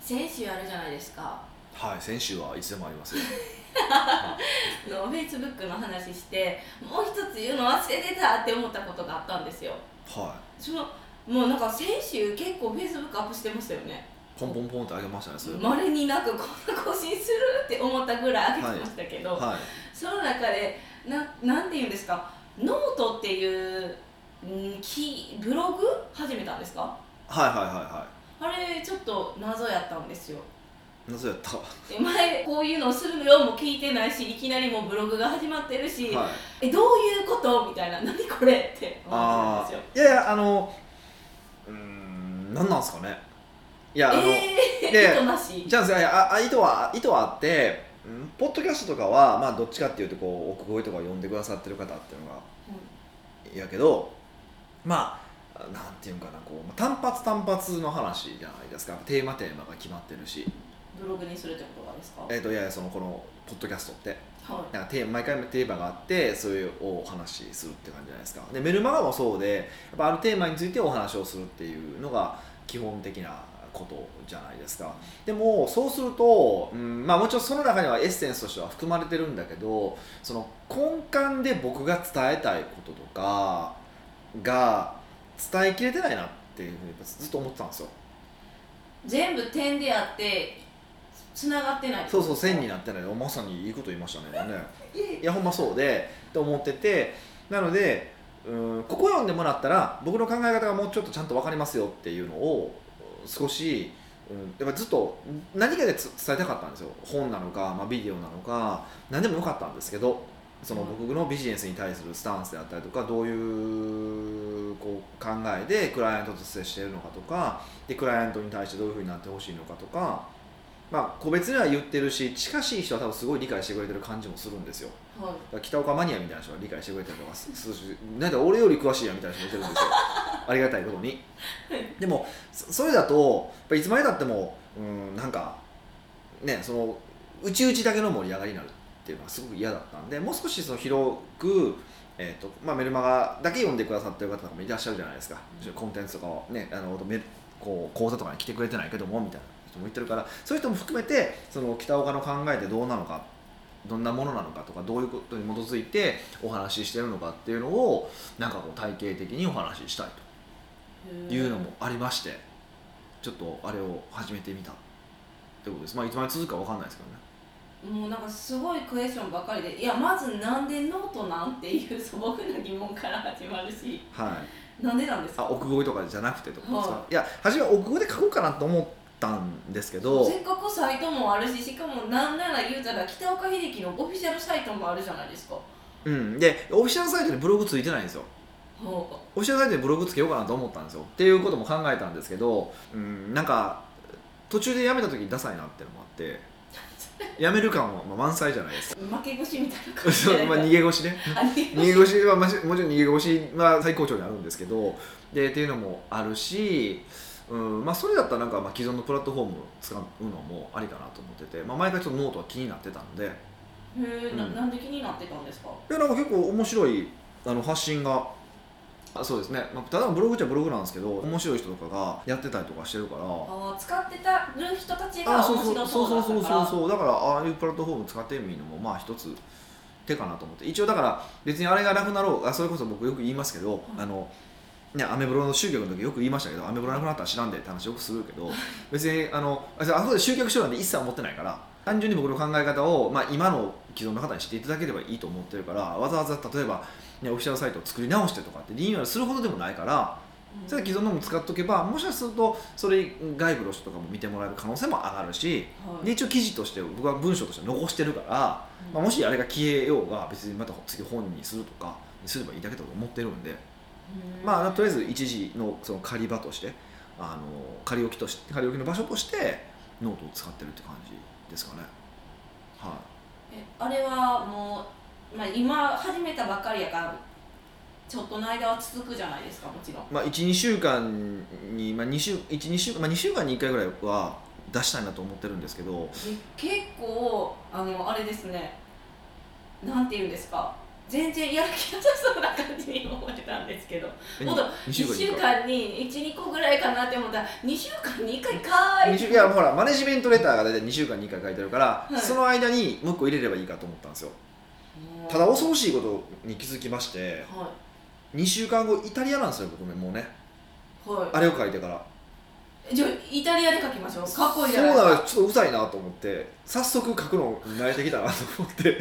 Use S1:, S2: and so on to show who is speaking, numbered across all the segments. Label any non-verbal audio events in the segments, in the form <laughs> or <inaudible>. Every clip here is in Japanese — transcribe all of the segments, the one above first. S1: 先週あるじゃないですか
S2: はい先週はいつでもあ
S1: <laughs>
S2: りますよ
S1: あのフェイスブックの話してもう一つ言うの忘れてたって思ったことがあったんですよ
S2: は
S1: そのもうなんか先週結構フェイスブックアップしてましたよね
S2: いポンポンポンってあげましたねそれ
S1: まれになくこんな更新するって思ったぐらい上げてましたけど、
S2: はい
S1: その中でななんて言うんですかノートっていう、うん、きブログ始めたんですか
S2: はいはいはいは
S1: あれちょっと謎やったんですよ
S2: い謎やったは
S1: で前こういうのをするよも聞いてないしいきなりもうブログが始まってるし、
S2: い
S1: えどういうことみたいな何これって思ったんで
S2: あ
S1: すよ
S2: あいやいやあのうーん何なんですかねいやあ
S1: <laughs>
S2: の、
S1: え
S2: で
S1: ー、人なし
S2: じゃあいやああ意図は意図はあってうんポッドキャストとかは、まあ、どっちかっていうとこう奥越えとか呼んでくださってる方っていうのがやけどまあなんていうんかなこう単発単発の話じゃないですかテーマテーマが決まってるし、
S1: うんブログにするってことがですかは
S2: えー、といやいやそのこのポッドキャストって
S1: い
S2: なんかテーマ毎回テーマがあってそれをお話しするって感じじゃないですかでメルマガもそうでやっぱあるテーマについてお話をするっていうのが基本的なことじゃないですかでもそうすると、うんまあ、もちろんその中にはエッセンスとしては含まれてるんだけどその根幹で僕が伝えたいこととかが伝えきれてないなっていうふうにやっぱずっと思ってたんですよ
S1: 全部点であってつながってないって
S2: そ
S1: こ
S2: う
S1: と
S2: そ
S1: で
S2: う
S1: すか
S2: 線になってないまさにいいこと言いましたね今ね
S1: いえいえ
S2: いやほんまそうでと思っててなのでうんここ読んでもらったら僕の考え方がもうちょっとちゃんと分かりますよっていうのを少し、うん、やっぱずっと何かでつ伝えたかったんですよ本なのか、まあ、ビデオなのか何でもよかったんですけどその僕のビジネスに対するスタンスであったりとかどういうこう考えでクライアントと接しているのかとかでクライアントに対してどういうふうになってほしいのかとか、まあ、個別には言ってるし近しい人は多分すごい理解してくれてる感じもするんですよ。
S1: はい
S2: だから北岡マニアみたいな人が理解してくれたりとかすするしなんか俺より詳しいやみたいな人もいてるんですよありがたいことにでもそそれだとやっぱいつまでたってもうんなんかねそのうちうちだけの盛り上がりになるっていうのはすごく嫌だったんでもう少しその広く、えーとまあ、メルマガだけ読んでくださってる方とかもいらっしゃるじゃないですか、
S1: うん
S2: コンテンツとかをねあのメルこう講座とかに来てくれてないけどもみたいな人も言ってるからそういう人も含めてその北岡の考えってどうなのかどんなものなのかとかどういうことに基づいてお話ししてるのかっていうのをなんかこう体系的にお話ししたいというのもありましてちょっとあれを始めてみたってことですまあいつまで続くかわかんないですけどね
S1: もうなんかすごいクエスチョンばっかりでいやまずなんでノートなんていう素朴な疑問から始まるし
S2: はい
S1: なんでなんです
S2: あ
S1: か
S2: 奥越えとかじゃなくてってことですか、、
S1: はい
S2: や初めは奥越えで書こうかなと思ったんですけど
S1: せっかくサイトもあるししかもなんなら言うたら北岡秀樹のオフィシャルサイトもあるじゃないですか
S2: うんでオフィシャルサイトにブログついてないんですよ
S1: ほ
S2: オフィシャルサイトにブログつけようかなと思ったんですよっていうことも考えたんですけどうんなんか途中でやめた時にダサいなってのもあってやめる感はまあ満載じゃないですか
S1: う負け腰 <laughs> みたいな感じ
S2: そうまあ逃げ腰ね
S1: あ逃げ
S2: 逃げ腰はまあもちろん逃げ腰は最高潮にあるんですけどでっていうのもあるし、うんまあ、それだったらなんかまあ既存のプラットフォームを使うのもありかなと思ってて、まあ、毎回ちょっとノートは気になってたのでい
S1: へえ、な
S2: うん
S1: なんで気になってたんですか
S2: やなんか結構面白いあの発信があそうですね、まあ、ただのブログっちゃブログなんですけど面白い人とかがやってたりとかしてるから。
S1: あー使ってたる人たち
S2: あ
S1: が
S2: そう
S1: 面
S2: そう
S1: 白
S2: そ
S1: そ
S2: う
S1: うだっ
S2: そう
S1: た
S2: そう
S1: か
S2: そう
S1: ら
S2: そうだからああいうプラットフォーム使ってみるのもまあ一つ手かなと思って一応だから別にあれがなくなろうあそれこそ僕よく言いますけど、
S1: うん
S2: あのね、アメブロの集客の時よく言いましたけどアメブロなくなったら知らんでって話よくするけ
S1: <laughs>
S2: ど別にあのあそこで集客しようなんて一切思ってないから単純に僕の考え方を、まあ、今の既存の方に知っていただければいいと思ってるからわざわざ例えば、ね、オフィシャルサイトを作り直してとかってリニューアルするほどでもないから
S1: うん
S2: それは既存のも使っとけばもしかするとそれ外部の人とかも見てもらえる可能性も上がるし
S1: はい
S2: で一応記事として僕は文章として残してるから、
S1: うん
S2: まあ、もしあれが消えようが別にまた次本にするとかにすればいいだけだと思ってるんで、
S1: うん
S2: まあ、とりあえず一時のその借り場としてあの借り置きとして借り置きの場所としてノートを使ってるって感じですかね。は
S1: えあれはもう、まあ、今始めたばっかりやからちょっとの間は続くじゃないですかもちろん
S2: いまあ、12週間に、まあ、2週1 2週間、まあ、2週間に1回ぐらいは出したいなと思ってるんですけど
S1: え結構あのあれですねなんて言うんですか全然やる気なさそうな感じに思えたんですけど
S2: え
S1: もっと
S2: 二
S1: 1
S2: に
S1: 週
S2: 一回
S1: 間に12個ぐらいかなって思ったら2週間に1回かーい
S2: 二週いやほらマネジメントレターが大体2週間に1回書いてあるから、
S1: はい
S2: その間にもう一個入れればいいかと思ったんですよ
S1: うん
S2: ただ恐ろしいことに気づきまして
S1: は
S2: 2週間後イタリアなんですよ僕ねもうね
S1: いはい
S2: あれを書いてから
S1: じゃあイタリアで書きましょうかっこいいじ
S2: そ
S1: ゃ
S2: う
S1: ないで
S2: な
S1: す
S2: の
S1: か
S2: よちょっとうざいなと思って早速書くの慣れてきたなと思って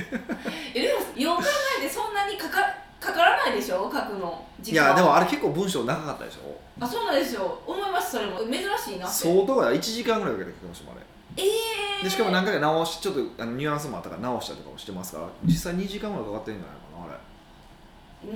S1: えでもよう考えてそんなにかかかからないでしょ書くの時
S2: い
S1: 間
S2: やでもあれ結構文章長かったでしょ
S1: あそうなんですよ思いますそれも珍しいなって
S2: 相当だ1時間ぐらいかけて書きましたもんあれ
S1: ええー、
S2: でしかも何回か直しちょっとあのニュアンスもあったから直したりとかもしてますから実際2時間ぐらいかかってるんじゃないかなあ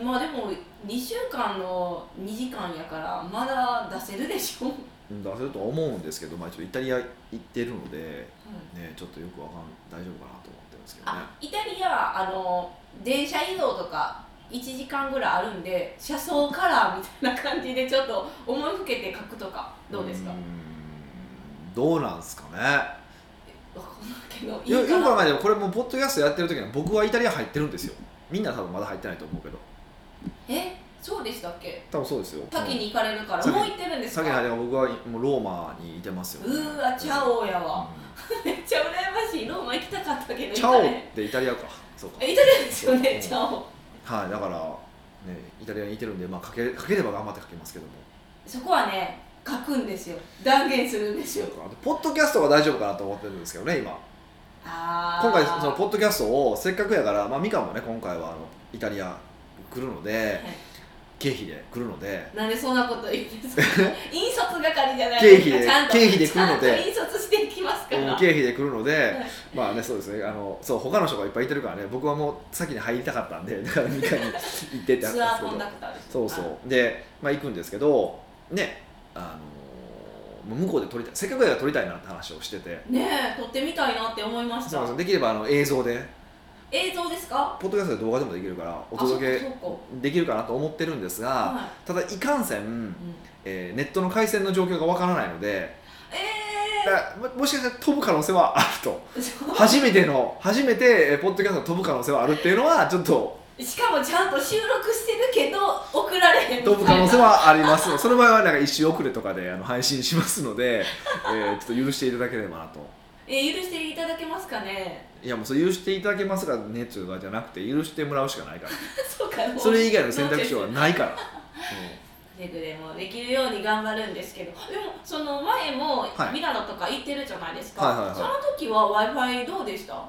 S1: まあでも2週間の2時間やからまだ出せるでしょ、
S2: れうん出せるとは思うんですけど、まあ、ちょっとイタリア行ってるので、ね、ちょっとよくわかん大丈夫かなと思ってるんですけどね
S1: あイタリアはあの電車移動とか1時間ぐらいあるんで車窓からみたいな感じでちょっと思いふけて書くとかどうですか
S2: ー
S1: わ
S2: んどうなんすか
S1: か
S2: ね
S1: んないけど
S2: よ
S1: いい
S2: よ
S1: か
S2: く
S1: な
S2: 考えてもこれもポッドキャストやってる時には僕はイタリア入ってるんですよみんな多分まだ入ってないと思うけど
S1: えそうでしたっけ
S2: 多分そうですよ
S1: 先に行かれるから
S2: 先に
S1: もう行ってるんです
S2: 先に入
S1: か
S2: って僕はもうローマにいてますよ、
S1: うーわチャオやわ
S2: う
S1: めっちゃ羨ましいローマ行きたかったけど
S2: んチャオ
S1: 行かれへん
S2: ってイタリアかそうか
S1: えイタリアですよ
S2: う
S1: ね
S2: ん
S1: チャオ
S2: はいだから、ね、イタリアにいてるんで、まあ、かけかければ頑張ってかけますけども
S1: そこはね書くんですよ断言するんですよ
S2: でポッドキャストは大丈夫かなと思ってるんですけどね今
S1: あー
S2: 今回そのポッドキャストをせっかくやから、まあ、みかんもね今回はあのイタリア来るので経費で来るので
S1: なんでそんなこと言うん
S2: <laughs>
S1: ですか引率係じゃない
S2: 経
S1: です
S2: 費
S1: か
S2: で
S1: ちゃんと
S2: 経費で来るの
S1: ちゃんと
S2: で
S1: 引率していきますか
S2: うん
S1: ら、
S2: 経費で来るので、
S1: い
S2: まあねそうですねあのそう他の人がいっぱいいてるからね僕はもう先に入りたかったんでだからみかんに行ってって
S1: ツア
S2: 話
S1: ーコンダクターです
S2: そうそうで、まあ、行くんですけどねあのー向こうで撮りたいせっかくやから撮りたいなって話をしてて
S1: ねえ撮ってみたいなって思いまし
S2: そう
S1: た
S2: なんですよできればあの映像で
S1: 映像ですか
S2: ポッドキャストで動画でもできるからお届
S1: あ
S2: け
S1: そうかそう
S2: できるかなと思ってるんです
S1: か
S2: が、
S1: はい
S2: ただいかんせん、
S1: うん
S2: えーネットの回線の状況がわからないのでだか
S1: え
S2: らももしかしたら飛ぶ可能性はあると
S1: ーそう
S2: 初めての初めてえーポッドキャストが飛ぶ可能性はあるっていうのはちょっと
S1: しかもちゃんと収録してるけど送られへんみたいな
S2: 飛ぶ可能性はありますその場合はなんか一周遅れとかであの配信しますので、えーちょっと許していただければなと
S1: えー許していただけますかね <laughs>
S2: いやもうそれ許していただけますかねとかじゃなくて許してもらうしかないか
S1: そうかも
S2: ら
S1: う
S2: それ以外の選択肢はないから、
S1: くれぐれもできるように頑張るんですけどでもその前も
S2: はい
S1: ミラノとか行ってるじゃないですか、
S2: はいはいはい
S1: その時は w i f i どうでした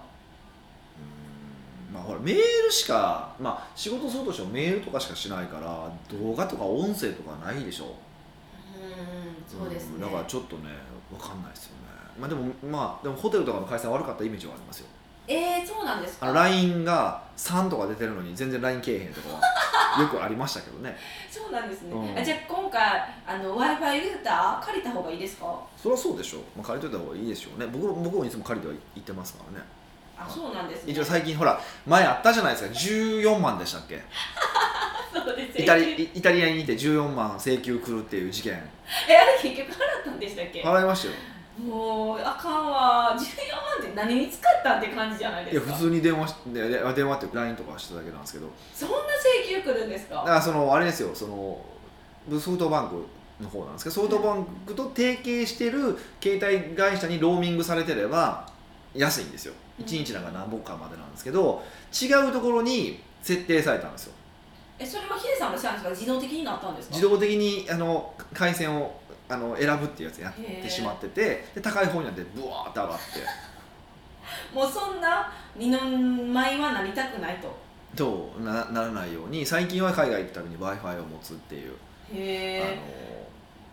S2: うんまあほらメールしかまあ仕事そうとしてもメールとかしかしないから動画とか音声とかないでしょ
S1: うんそうですね
S2: んだからちょっとね分かんないですよねまあでもまあでもホテルとかの回線悪かったイメージはありますよ
S1: えー、そうなんです
S2: あの
S1: か
S2: LINE が3とか出てるのに全然 LINE けえへんとか
S1: <laughs>
S2: はよくありましたけどね
S1: そうなんですね、
S2: うん
S1: あじゃあ今回あの w i f i ルーター借りた方がいいですか
S2: そりゃそうでしょう、まあ、借りといた方がいいでしょうね僕も僕もいつも借りては行ってますからね
S1: あそうなんですね
S2: 一応最近ほら前あったじゃないですか14万でしたっけ
S1: <laughs> そうです
S2: イタリイイタリアにいて14万請求来るっていう事件
S1: えあれ結局払ったんでしたっけ
S2: 払いましたよ
S1: もうあかんわ14万って何に使ったんって感じじゃない
S2: い
S1: で
S2: や
S1: すか
S2: 普通に電話しでで電話っていうか LINE とかしてただけなんですけど
S1: そんな請求来るんです
S2: だ
S1: か
S2: からそのあれですよそのソフトバンクの方なんですけどソフトバンクと提携してる携帯会社にローミングされてれば安いんですよ
S1: うん
S2: 1日なんか何本かまでなんですけど違うところに設定されたんですよ
S1: えそれはヒデさんのチャンスが自動的になったんですか
S2: 自動的にあの回線をあの選ぶっていうやつやってしまっててで高い方になってブワーって上がって
S1: もうそんな二の舞はなりたくないと
S2: となならないように最近は海外行くたびに w i f i を持つっていう、
S1: へ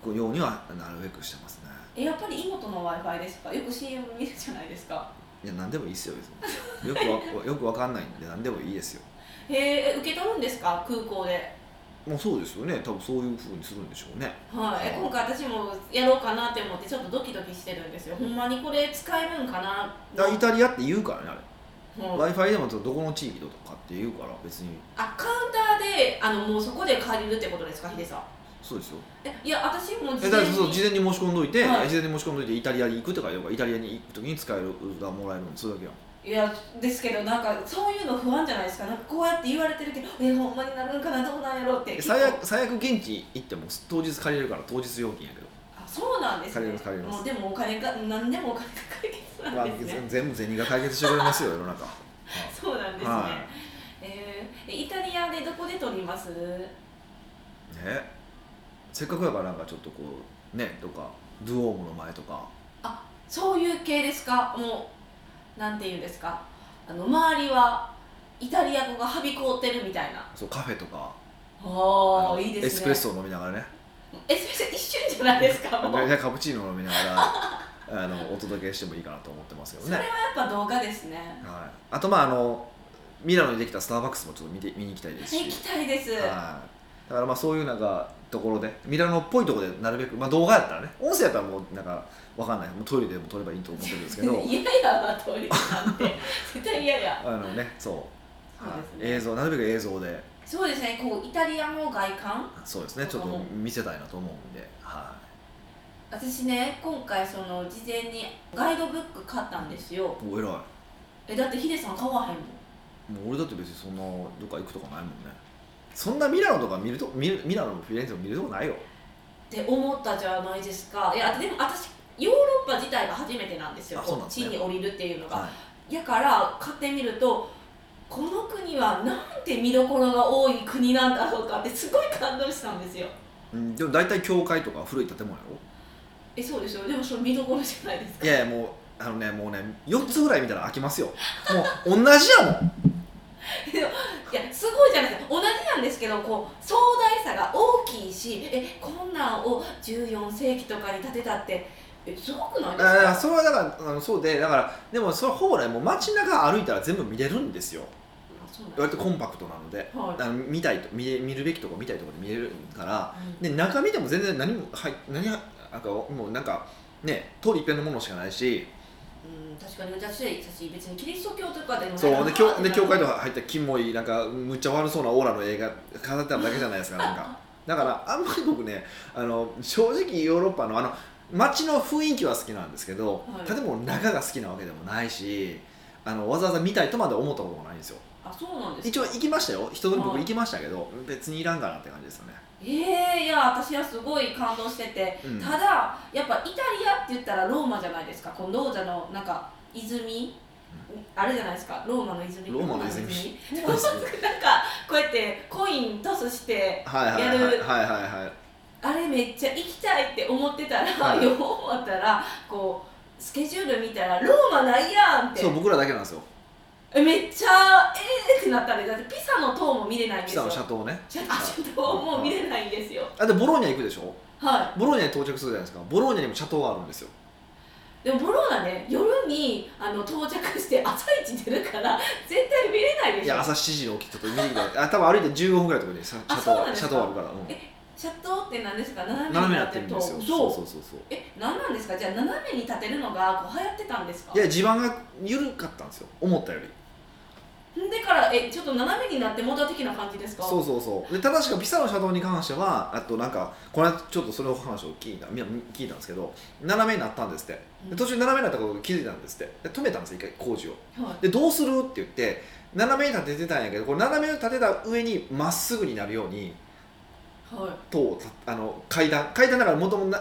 S2: あのようにはなるべくしてますね
S1: えやっぱり妹の w i f i ですかよく CM 見るじゃないですか
S2: いや何でもいいですよ別によくわ <laughs> よくわかんないんで何でもいいですよ
S1: へえ受け取るんですか空港で
S2: もうそうですよね多分そういうふうにするんでしょうね
S1: はい、え今回私もやろうかなって思ってちょっとドキドキしてるんですよほんまにこれ使えるんかな
S2: だからイタリアって言うからねあれ
S1: もう
S2: w i f i でもどこの地域とかって言うから別に
S1: あカウンターであのもうそこで借りるってことですかヒデさん
S2: そうですよ
S1: えいや私も
S2: え
S1: 事
S2: だか
S1: 前
S2: ら
S1: に
S2: そう事前に申し込んどいて、
S1: はい
S2: 事前に申し込んどいてイタリアに行くとか言うからイタリアに行く時に使える歌もらえるのそれだけやん
S1: いやですけどなんかそういうの不安じゃないですかなんかこうやって言われてるけどえほんまになるんかなどうなんやろうって
S2: 最悪最悪現地行っても当日借りれるから当日料金やけど
S1: あそうなんです
S2: 借
S1: ね
S2: ります借ります
S1: もうでもお金が何でもお金が解決
S2: ま
S1: な
S2: あ
S1: んですね、
S2: 全部銭が解決してくれますよ世の中
S1: そうなんですね、
S2: は
S1: えーイタリアでどこで撮ります
S2: いねせっかくやからなんかちょっとこうねとかドゥオームの前とか
S1: そういう系ですかもうなんていうんですかあの周りはイタリア語がはびこってるみたいな
S2: そうカフェとか
S1: お
S2: あの
S1: ーいいですね
S2: エスプレッソを飲みながら
S1: <laughs>
S2: ね
S1: エスプレッソ一瞬じゃないですかもう
S2: で
S1: やっ
S2: でカプチーノを飲みながら <laughs> あのお届けしてもいいかなと思ってますけどね
S1: そぱ動画ですね
S2: はい、あとまああのミラノにできたスターバックスもちょっと見て見に行きたいですし
S1: 行きたいです、
S2: はい、だからまあそういうなんかところでミラノっぽいところでなるべく、まあ、動画やったらね音声やったらもうなんかわかんないもうトイレでも撮ればいいと思ってるんです
S1: <laughs>
S2: けど
S1: 嫌やな通りなん
S2: <laughs>
S1: て絶対嫌や
S2: あのねそう
S1: そうですね
S2: はい映像なるべく映像で
S1: そうですねこうイタリアの外観
S2: そうですねちょっと見せたいなと思うんで、は
S1: 私ね今回その事前にガイドブック買ったんですよ
S2: い、もう偉い
S1: えだってヒデさん買わへんもん
S2: もう俺だって別にそんなどっか行くとかないもんねそんなミラノとか見るとミミラノもフィレンツェも見るとこないよ
S1: って思ったじゃないですかいやでも私ヨーロッパ自体が初めてなんですよ
S2: あそうなん
S1: こ
S2: で
S1: っ
S2: す
S1: ち
S2: ね
S1: に降りるっていうのが
S2: は
S1: やから買ってみるとこの国はなんて見どころが多い国なんだろうかってすごい感動したんですよ
S2: い、うん、でも大体教会とか古い建物やろ
S1: えそうですよでもそれ見どころじゃないですか
S2: いやいやもうあのねもうね4つぐらい見たら飽き <laughs> ますよもう同じやもん
S1: いやすごいじゃないですか同じなんですけどこう壮大さが大きいしえこんなんを14世紀とかに建てたってえすごくないです
S2: あー
S1: か
S2: それはだからあのそうでだからでもそれはほぼねもう街中歩いたら全部見れるんですよ
S1: あそうなん
S2: 割とコンパクトなので
S1: はい
S2: あの見たいと見れ見るべきとこ見たいとこで見れるから
S1: うん
S2: で中見ても全然何もはい何はなんかもうなんかね通り一遍のものしかないし
S1: うん確かに私私別にキリスト教とかでもない
S2: そうで教で教会と
S1: か
S2: か入ったキモいなんかむっちゃ悪そうなオーラの映画飾ってあるだけじゃないですかなんかだからあんまり僕ねあの正直ヨーロッパのあの街の雰囲気は好きなんですけど、
S1: はい
S2: 建物の中が好きなわけでもないしあのわざわざ見たいとまで思ったこともないんですよ
S1: あそうなんです
S2: 一
S1: か
S2: 応行きましたよ人通り僕
S1: はい
S2: 行きましたけど、別にいらんかなって感じですよね
S1: ええいや私はすごい感動してて、
S2: うん
S1: ただやっぱイタリアって言ったらローマじゃないですかこのローマのなんか泉あれじゃないですかローマの泉
S2: ローマの泉
S1: ローマの泉 <laughs> なんかこうやってコイントスして
S2: はいはいはい
S1: や
S2: はい
S1: る
S2: はいはい
S1: あれめっちゃ行きたいって思ってたら、
S2: はい
S1: よう思ったらこうスケジュール見たらローマないやんって
S2: そう僕らだけなんですよ
S1: えめっちゃええってなったんでだってピサの塔も見れないんで
S2: ピ
S1: すよ
S2: サのシャトーね
S1: シャあシャトーも見れないんですよ
S2: あでボローニャ行くでしょ
S1: は
S2: ボローニャに到着するじゃないですかボローニャにもシャトーがあるんですよ
S1: いでもボローナね夜にあの到着して朝一出るから <laughs> 絶対見れないでしょ
S2: いや朝7時に起きてちょっと見てきたあ多分歩いて15分ぐらいのところにシャシ
S1: あ
S2: ャ
S1: そう
S2: ト
S1: なん
S2: ー
S1: です
S2: シャ
S1: か
S2: トーあるから、うん
S1: えシャトーって何ですか斜めに
S2: 斜めにな
S1: な
S2: っ
S1: っててる
S2: るん
S1: 塔
S2: ですよ
S1: そう
S2: そうそうそう
S1: え何なんですかじゃあ斜めに立てるのがこう流行ってたんですか
S2: いや地盤が緩かったんですよ思ったより
S1: んでからえちょっと斜めになってモダ的な感じですか
S2: そうそうそうでただしかピサのシャドウに関してはあとなんかこれちょっとそれを話を聞いたみ聞いたんですけど斜めになったんですってで途中斜めになったことに気づいたんですってで止めたんですよ一回工事を
S1: はい
S2: でどうするって言って斜めに立ててたんやけどこれ斜めに立てた上にまっすぐになるように
S1: はい
S2: 塔をたあの階段階段だからもともと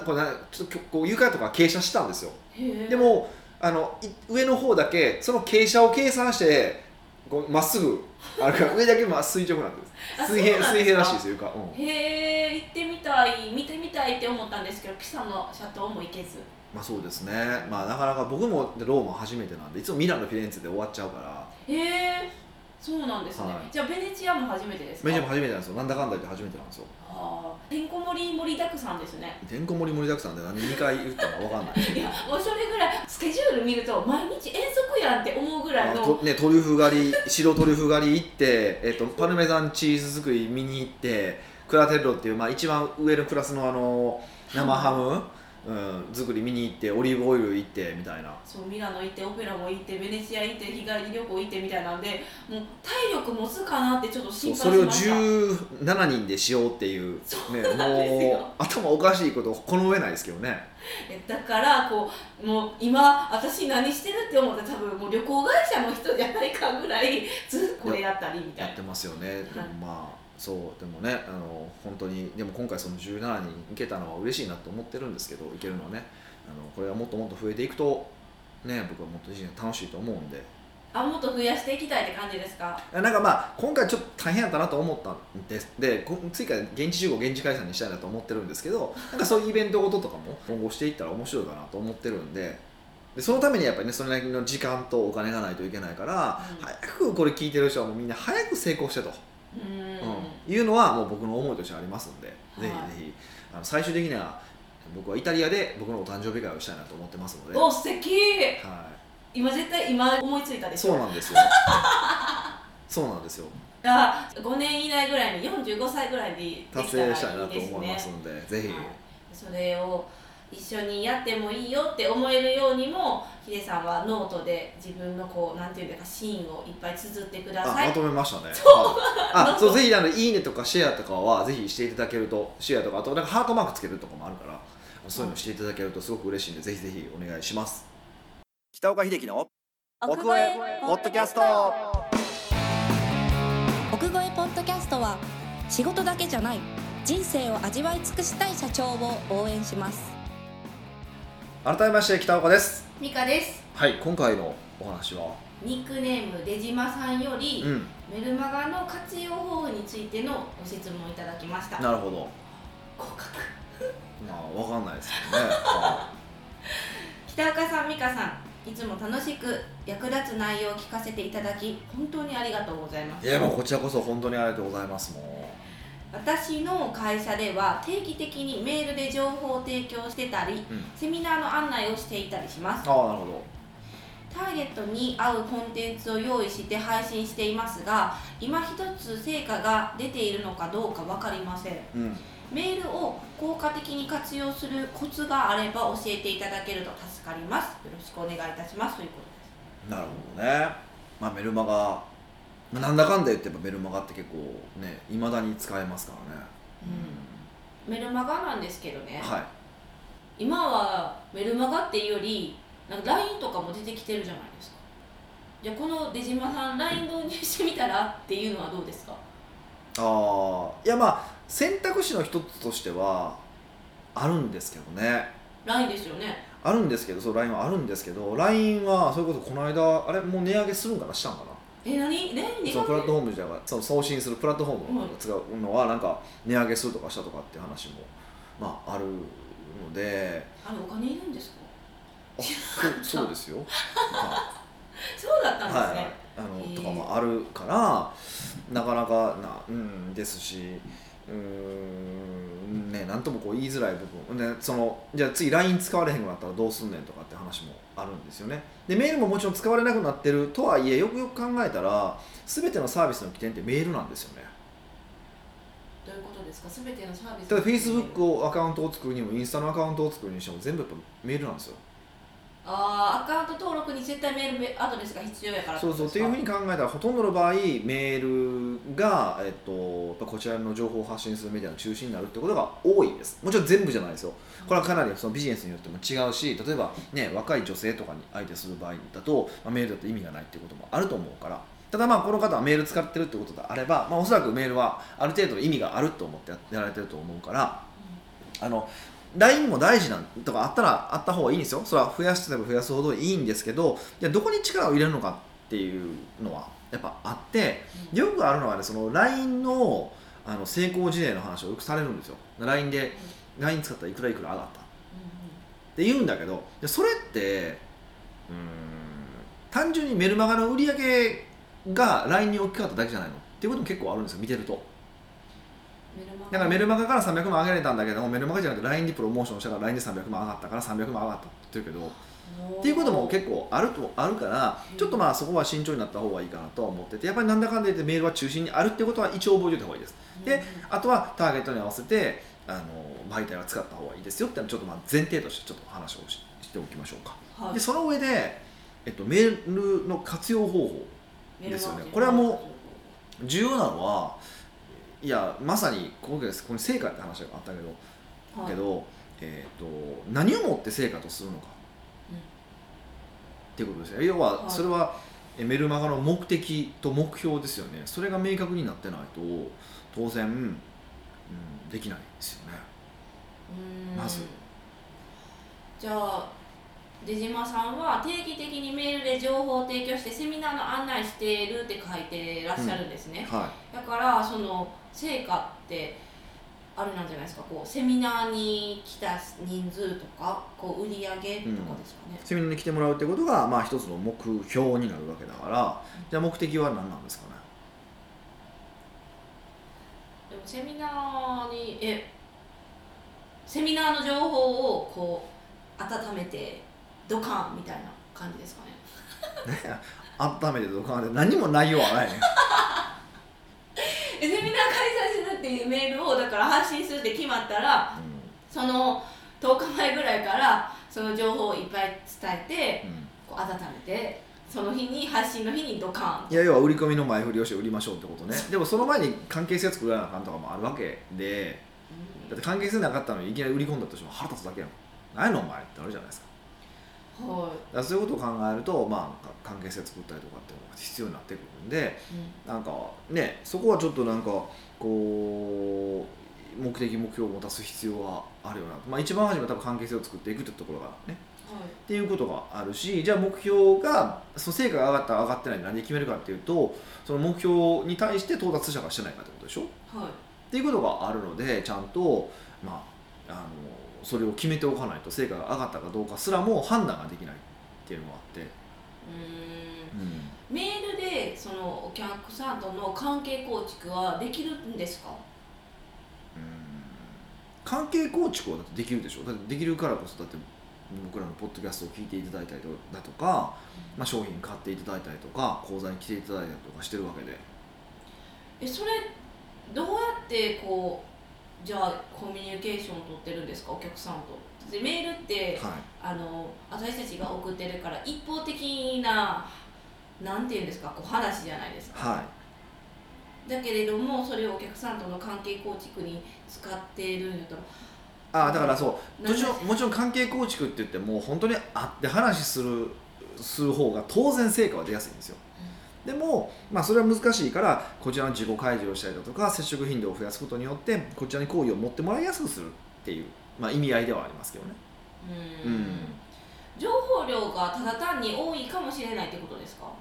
S2: ちょっとこう床とか傾斜したんですよ
S1: へえ
S2: でもあのい上の方だけその傾斜を計算してこうまっすぐあれが上だけまあ垂直なんです
S1: あ
S2: 水平
S1: そうなんですか
S2: 水平らしいですよ床、うん
S1: へえ行ってみたい見てみたいって思ったんですけどピサのシャトーも行けず
S2: まあそうですねまあなかなか僕もローマ初めてなんでいつもミラノフィレンツェで終わっちゃうから
S1: へえそうなんですね、
S2: はい
S1: じゃあベネチアも初めてですか
S2: メジャーも初めてなんですよなんだかんだ言って初めてなんですよ
S1: ああてんこ盛り盛りだくさんですね
S2: てんこ盛り盛りだくさんで何2回言ったのか分かんない
S1: いやもうそれぐらいスケジュール見ると毎日遠足やんって思うぐらい
S2: まあ
S1: の
S2: とね、トリュフ狩り白トリュフ狩り行って、えっとパルメザンチーズ作り見に行ってクラテッロっていう、まあ、一番上のクラスのあの生ハムうん、作り見に行ってオリーブオイル行ってみたいな
S1: そうミラノ行ってオペラも行ってベネチア行って日帰り旅行行ってみたいなんでもう体力持つかなってちょっと
S2: そ
S1: 心
S2: う
S1: 配し
S2: それ
S1: ま
S2: を
S1: した
S2: 17人でしようっていう
S1: そう
S2: ね
S1: なんですよ
S2: もう頭おかしいことこの上ないですけどね
S1: えだからこうもう今私何してるって思ったら多分もう旅行会社の人じゃないかぐらいずっとこれやったりみたい
S2: やっ
S1: な
S2: てますよねでもまあそうでもねあの本当にでも今回その17人行けたのは嬉しいなと思ってるんですけど行けるのはねあのこれがもっともっと増えていくとね僕はもっと人生楽しいと思うんで
S1: あもっと増やしていきたいって感じですか
S2: なんかまあ今回ちょっと大変やったなと思ったんですでこ追加で現地集合現地解散にしたいなと思ってるんですけどなんかそういうイベントごととかも今後していったら面白いかなと思ってるんででそのためにやっぱりねそれなりの時間とお金がないといけないから、
S1: うん
S2: 早くこれ聞いてる人はもうみんな早く成功してと、
S1: うーん
S2: うんいうのはもう僕の思いとしてありますんで、ぜ
S1: はい
S2: ひぜひあの最終的には僕はイタリアで僕のお誕生日会をしたいなと思ってますので、は
S1: お素敵
S2: い、
S1: 今絶対今思いついたでしょ
S2: そうなん
S1: <laughs>
S2: ですよそうなんですよ
S1: あ5年以内ぐらいに45歳ぐらいでできたら
S2: 達成したいなと
S1: です
S2: 思います
S1: ね
S2: のでぜひ、
S1: はいそれを一緒にやってもいいよって思えるようにもヒデさんはノートで自分のこうなんていうかシーンをいっぱい綴ってくだ
S2: あ
S1: さい
S2: まとめまし
S1: <laughs>
S2: たね
S1: そう
S2: はいあそうぜひあのいいねとかシェアとかはぜひしていただけるとシェアとかあとなんかハートマークつけるとかもあるからそういうのしていただけるとすごく嬉しいんでぜひぜひお願いします北岡秀樹の奥越えポッドキャスト
S3: 奥越えポッドキャストは仕事だけじゃない人生を味わい尽くしたい社長を応援します
S2: 改めまして北岡です
S1: ミカです
S2: はい今回のお話は
S1: ニックネーム出島さんより、
S2: うん
S1: メルマガの活用方法についてのご質問をいただきました
S2: なるほど
S1: 合格
S2: まあわかんないですけ <laughs> どねは
S1: 北岡さん美香さんいつも楽しく役立つ内容を聞かせていただき本当にありがとうございます
S2: いいやもうこちらこそ本当にありがとうございますも
S1: 私の会社では定期的にメールで情報を提供してたり、
S2: ん
S1: セミナーの案内をしていたりしま
S2: うああ
S1: す
S2: なるほど
S1: ターゲットに合うコンテンツを用意して配信していますが今一つ成果が出ているのかどうか分かりません
S2: うん
S1: メールを効果的に活用するコツがあれば教えていただけると助かりますよろしくお願いいたしますということです
S2: なるほどね、まあ、メルマガまあなんだかんだ言ってもメルマガって結構ねいまだに使えますからね、
S1: メルマガなんですけどね、
S2: はい
S1: 今はメルマガっていうよりなんか LINE とかも出てきてるじゃないですかじゃあこの出島さん LINE 導入してみたらっていうのはどうですか
S2: ああいやまあ選択肢の一つとしてはあるんですけどね
S1: LINE ですよね
S2: あるんですけどそう LINE はあるんですけど LINE はそれこそこの間あれもう値上げするんかなしたんかな
S1: え何何
S2: そのプラットフォーム自体がその送信するプラットフォームを
S1: はい
S2: 使うのはなんか値上げするとかしたとかって話も、まあ、あるので
S1: あれお金いるんですか
S2: あそうそうで
S1: <laughs>
S2: すよ、はい
S1: そうだったんです
S2: は
S1: ね、
S2: い、あ
S1: へー
S2: のとかもあるからなかなかな、うん、ですしうーんね何ともこう言いづらい部分、ね、そのじゃあ次 LINE 使われへんくなったらどうすんねんとかって話もあるんですよねでメールももちろん使われなくなってるとはいえよくよく考えたら全てのサービスの起点ってメールなんですよね
S1: どういうことですか全てのサービス
S2: ただ Facebook をアカウントを作るにもインスタのアカウントを作るにしても全部やっぱメールなんですよ
S1: ああアカウント登録に絶対メールアドレスが必要やから
S2: そうそうっていうふう
S1: に
S2: に考えたらほとんどの場合メールが、えっと、やっぱこちらの情報を発信するメディアの中心になるってことが多いですもちろん全部じゃないですよこれはかなりそのビジネスによっても違うし例えば、ね、若い女性とかに相手する場合だと、まあ、メールだと意味がないっていうこともあると思うからただまあこの方はメール使ってるってことであれば、まあ、おそらくメールはある程度の意味があると思ってややられてると思うからあの LINE も大事なんとかあったらあった方がいいんですよそれは増やしてれば増やすほどいいんですけどじゃあどこに力を入れるのかっていうのはやっぱあってよくあるのはねその LINE のあの成功事例の話をよくされるんですよ LINE で LINE 使ったらいくらいくら上がったって言うんだけどでそれってうーん単純にメルマガの売り上げが LINE に大きかっただけじゃないのっていうことも結構あるんですよ見てるとだからメルマガから300万上げれたんだけどもメルマガじゃなくて LINE でプロモーションしたから LINE で300万上がったから300万上がったって言ってるけどっていうことも結構あるとあるからちょっとまあそこは慎重になった方がいいかなとは思っててやっぱりなんだかんだ言ってメールは中心にあるってことは一応覚えておいた方がいいですであとはターゲットに合わせてあの媒体は使った方がいいですよっていうのをちょっとまあ前提としてちょっとお話をししておきましょうか、
S1: は
S2: でその上で、えっと、メールの活用方法
S1: い
S2: ですよねこれはもう重要なのはいやまさに今回ですこの成果って話があったけど
S1: う
S2: けど、えー、と何をもって成果とするのか、
S1: うん
S2: っていうことですね要
S1: は
S2: はいそれはえメルマガの目的と目標ですよねそれが明確になってないと当然、うん、できないですよね
S1: うーん
S2: まず
S1: じゃあ出島さんは定期的にメールで情報を提供してセミナーの案内してるって書いてらっしゃるんですね、
S2: は
S1: だからその成果ってあれなんじゃないですかこうセミナーに来た人数とかこう売り上げとかですかね
S2: い、セミナーに来てもらうってことが、まあ、一つの目標になるわけだからじゃあ目的は何なんですかね
S1: でもセミナーにえセミナーの情報をこう温めてドカンみたいな感じですかね
S2: ね温めてとかで何も内容はないね
S1: えセミナー開催するっていうメールをだから発信するって決まったらその10日前ぐらいからその情報をいっぱい伝えて
S2: うんうん
S1: こう温めてその日に発信の日にドカン
S2: いや要は売り込みの前振りをして売りましょうってことねでもその前に関係性を作らなあかんとかもあるわけでだって関係性なかったのにいきなり売り込んだとしても腹立つだけやん何やのお前ってあるじゃないですか
S1: うんは
S2: だからそういうことを考えるとまあか関係性作ったりとかってことが必要になってくるんで
S1: い、うん
S2: なんかねそこはちょっとなんかこう目的目標を持たす必要はあるよなまあ一番初めは多分関係性を作っていくってところがね
S1: はい
S2: っていうことがあるしじゃあ目標がその成果が上がった上がってないで何で決めるかっていうとその目標に対して到達者がしてないかってことでしょっ
S1: はい
S2: ていうことがあるのでちゃんと、まあ、あのそれを決めておかないと成果が上がったかどうかすらも判断ができないっていうのがあって、
S1: うーんメールでそのお客さんとの関係構築はできるんですか
S2: うん関係構築はだってできるでしょだってできるからこそだって僕らのポッドキャストを聞いていただいたりとだとか、まあ、商品買っていただいたりとか講座に来ていただいたりとかしてるわけで。
S1: えそれどうやってこうじゃあコミュニケーションを取ってるんですかお客さんとでメールって
S2: はい
S1: あの私たちが送ってるから一方的ななんていうんですかこう話じゃないですか
S2: はい
S1: だけれどもそれをお客さんとの関係構築に使っているんやと
S2: あーだからそう
S1: な
S2: も
S1: んで
S2: ちろんもちろん関係構築って言っても本当に会って話するする方が当然成果は出やすいんですよ、でも、まあ、それは難しいからこちらの自己開示をしたりだとか接触頻度を増やすことによってこちらに好意を持ってもらいやすくするっていう、まあ、意味合いではありますけどね、
S1: うん情報量がただ単に多いかもしれないってことですか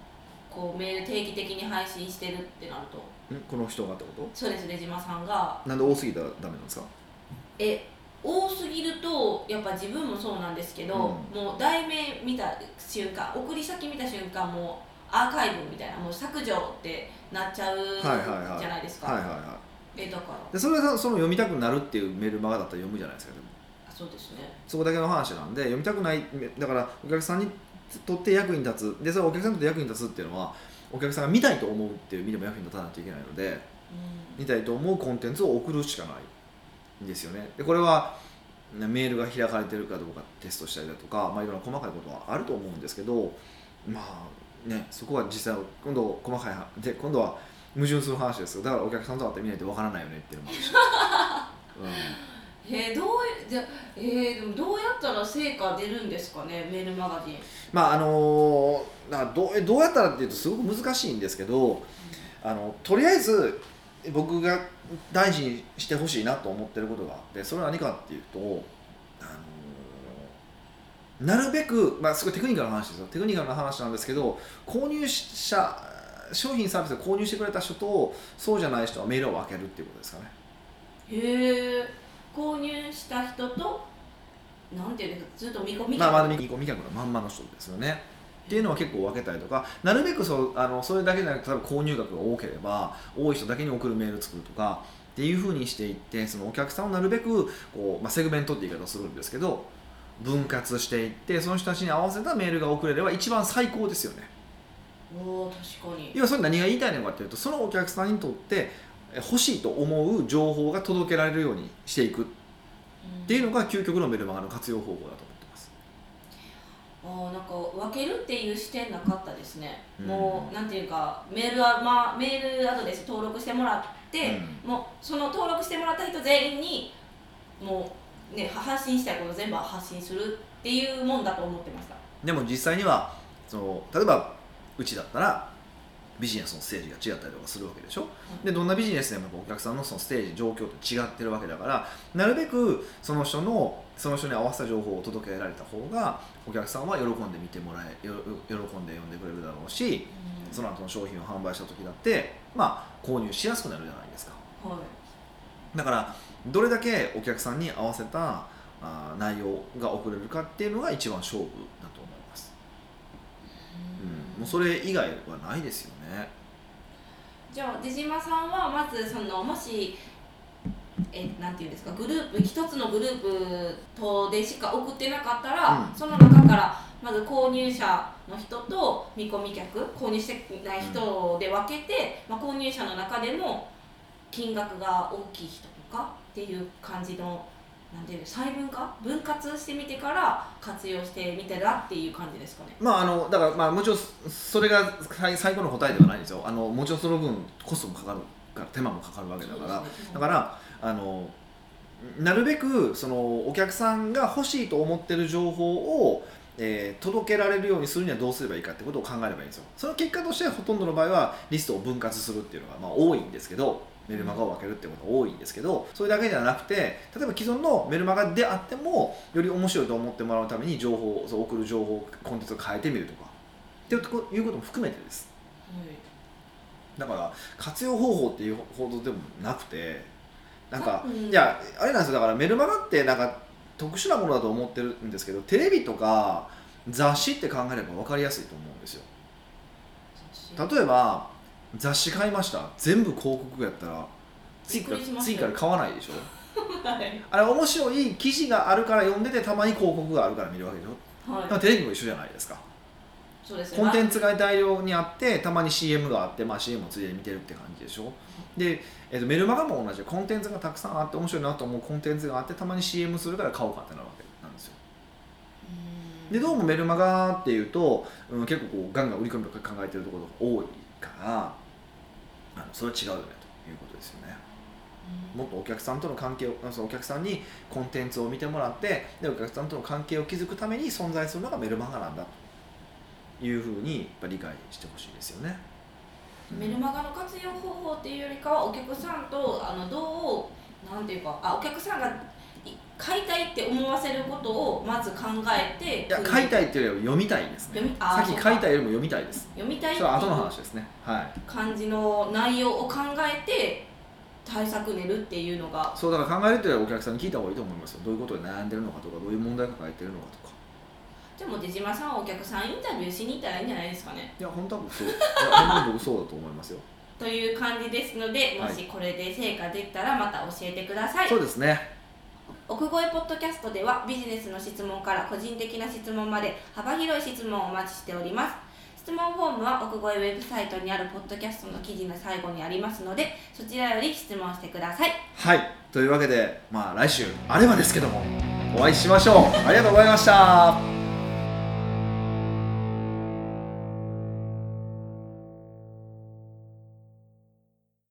S1: こうメール定期的に配信してるってなると
S2: んこの人がってこ
S1: そうです出島さんが
S2: となんで多すぎたらダメなんですか
S1: え多すぎるとやっぱ自分もそうなんですけど、
S2: う
S1: もう題名見た瞬間送り先見た瞬間もうアーカイブみたいなもう削除ってなっちゃうじ
S2: はいはいはい
S1: ゃないですか、
S2: はいはいは
S1: えだから
S2: いでそれはその読みたくなるっていうメールマガだったら読むじゃないですかでも
S1: あそうですね
S2: そこだけの話なんで読みたくないだからお客さんにとって役に立つでそれはお客さんにとって役に立つっていうのはお客さんが見たいと思うっていう意味でも役に立たないといけないので
S1: うん
S2: 見たいと思うコンテンツを送るしかないんですよねでこれはなメールが開かれてるかどうかテストしたりだとか、まあ、いろんな細かいことはあると思うんですけどまあねそこは実際今度細かいはで今度は矛盾する話ですよだからお客さんと会って見ないとわからないよねっていうのもあるし、うん
S1: えーどういじゃえーでもどうやったら成果出るんですかねメールマガジン
S2: まああのだからどうどうやったらっていうとすごく難しいんですけどあのとりあえず僕が大事にしてほしいなと思ってることがあってそれは何かっていうと、あのなるべく、まあ、すごいテクニカルな話ですよテクニカルな話なんですけど購入者商品サービスを購入してくれた人とそうじゃない人はメールを分けるっていうことですかね。
S1: へえ購入した人となんていうんですかずっと見込み
S2: まあ、まだ見込み客のまんまの人ですよね。っていうのは結構分けたりとかなるべくそうあのそれだけじゃなくて多分購入額が多ければ多い人だけに送るメール作るとかっていうふうにしていってそのお客さんをなるべくこう、まあ、セグメントって言い方をするんですけど分割していってその人たちに合わせたメールが送れれば一番最高ですよね。
S1: おー確かに
S2: 要はそれ何が言いたいのかというとそのお客さんにとってえ欲しいと思う情報が届けられるようにしていくっっていうのが究極のメルマガの活用方法だと思ってます
S1: おーなんか分けるっていう視点なかったですね、
S2: うん
S1: もうなんていうかメールは、まあ、メールアドレス登録してもらって、もうその登録してもらった人全員にもう、ね、は発信したいこと全部発信するっていうもんだと思ってました
S2: でも実際にはその例えばうちだったらビジネスのステージが違ったりとかするわけでしょ、
S1: い
S2: でどんなビジネスでもやっぱお客さんのそのステージ状況って違ってるわけだからなるべくその人のその人に合わせた情報を届けられた方がお客さんは喜んで見てもらえよよ喜んで読んでくれるだろうしその後の商品を販売した時だってまあ購入しやすくなるじゃないですか
S1: はい
S2: だからどれだけお客さんに合わせたあー内容が送れるかっていうのが一番勝負だと思います、うん、もうそれ以外はないですよね
S1: じゃあ出島さんはまずそのもしえなんていうんですかグループ一つのグループとでしか送ってなかったら、
S2: うん
S1: その中からまず購入者の人と見込み客購入してない人で分けて、まあ、購入者の中でも金額が大きい人とかっていう感じのなんていうの細分化分割してみてから活用してみてらっていう感じですかね。
S2: まああのだからまあもちろんそれが最最後の答えではないですよあのもちろんその分コストもかかるから手間もかかるわけだからだからあのなるべくそのお客さんが欲しいと思ってる情報を、えー届けられるようにするにはどうすればいいかってことを考えればいいんですよその結果としてほとんどの場合はリストを分割するっていうのがまあ多いんですけどメルマガを分けるってことが多いんですけどそれだけじゃなくて例えば既存のメルマガであってもより面白いと思ってもらうために情報そう送る情報コンテンツを変えてみるとかっていうこということも含めてですだから活用方法っていうほどでもなくてなんか、
S1: うん
S2: いやあれなんですよだからメルマガってなんか特殊なものだと思ってるんですけどテレビとか雑誌って考えれば分かりやすいと思うんですよ
S1: はい
S2: 例えば雑誌買いました全部広告やったら次
S1: び
S2: か
S1: っくりし
S2: ら
S1: ますよ
S2: 次から買わないでしょ
S1: <laughs> はい
S2: あれ面白い記事があるから読んでてたまに広告があるから見るわけでしょだからテレビも一緒じゃないですか
S1: そうですね
S2: コンテンツが大量にあってたまに CM があって、まあ、CM をついでに見てるって感じでしょで、えっとメルマガも同じでコンテンツがたくさんあって面白いなと思うコンテンツがあってたまに CM するから買おうかってなるわけなんですよでどうもメルマガっていうと、うん、結構こうガンガン売り込みとか考えてるところが多いからあのそれは違うよねということですよねもっとお客さんとの関係をあそのお客さんにコンテンツを見てもらってでお客さんとの関係を築くために存在するのがメルマガなんだというふうにやっぱ理解してほしいですよね。
S1: メルマガの活用方法っていうよりかはお客さんとあのどうなんていうかあお客さんがい買いたいって思わせることをまず考えて
S2: いや書い
S1: い
S2: たいっていうよりは読みたいですね
S1: 読み。あー
S2: さっき書いたよりも読みたいです。
S1: 読みたいって
S2: それ
S1: いう
S2: は後の話ですね。はい。
S1: 感じの内容を考えて対策練るっていうのが
S2: そうだから考えるというよりはお客さんに聞いた方がいいと思いますよ。どういうことで悩んでるのかとかどういう問題を抱えてるのかとか。
S1: でも出島さんはお客さんインタビューしに行ったらいいんじゃないですかね
S2: いや本当は僕そう。いや本当に僕そうだと思いますよ。
S1: という感じですのでも
S2: は
S1: しこれで成果できたらまた教えてください
S2: そうですね。
S1: 奥越ポッドキャストではビジネスの質問から個人的な質問まで幅広い質問をお待ちしております質問フォームは奥越ウェブサイトにあるポッドキャストの記事の最後にありますのでそちらより質問してください
S2: はい。というわけでまあ来週あればですけどもお会いしましょう。ありがとうございました。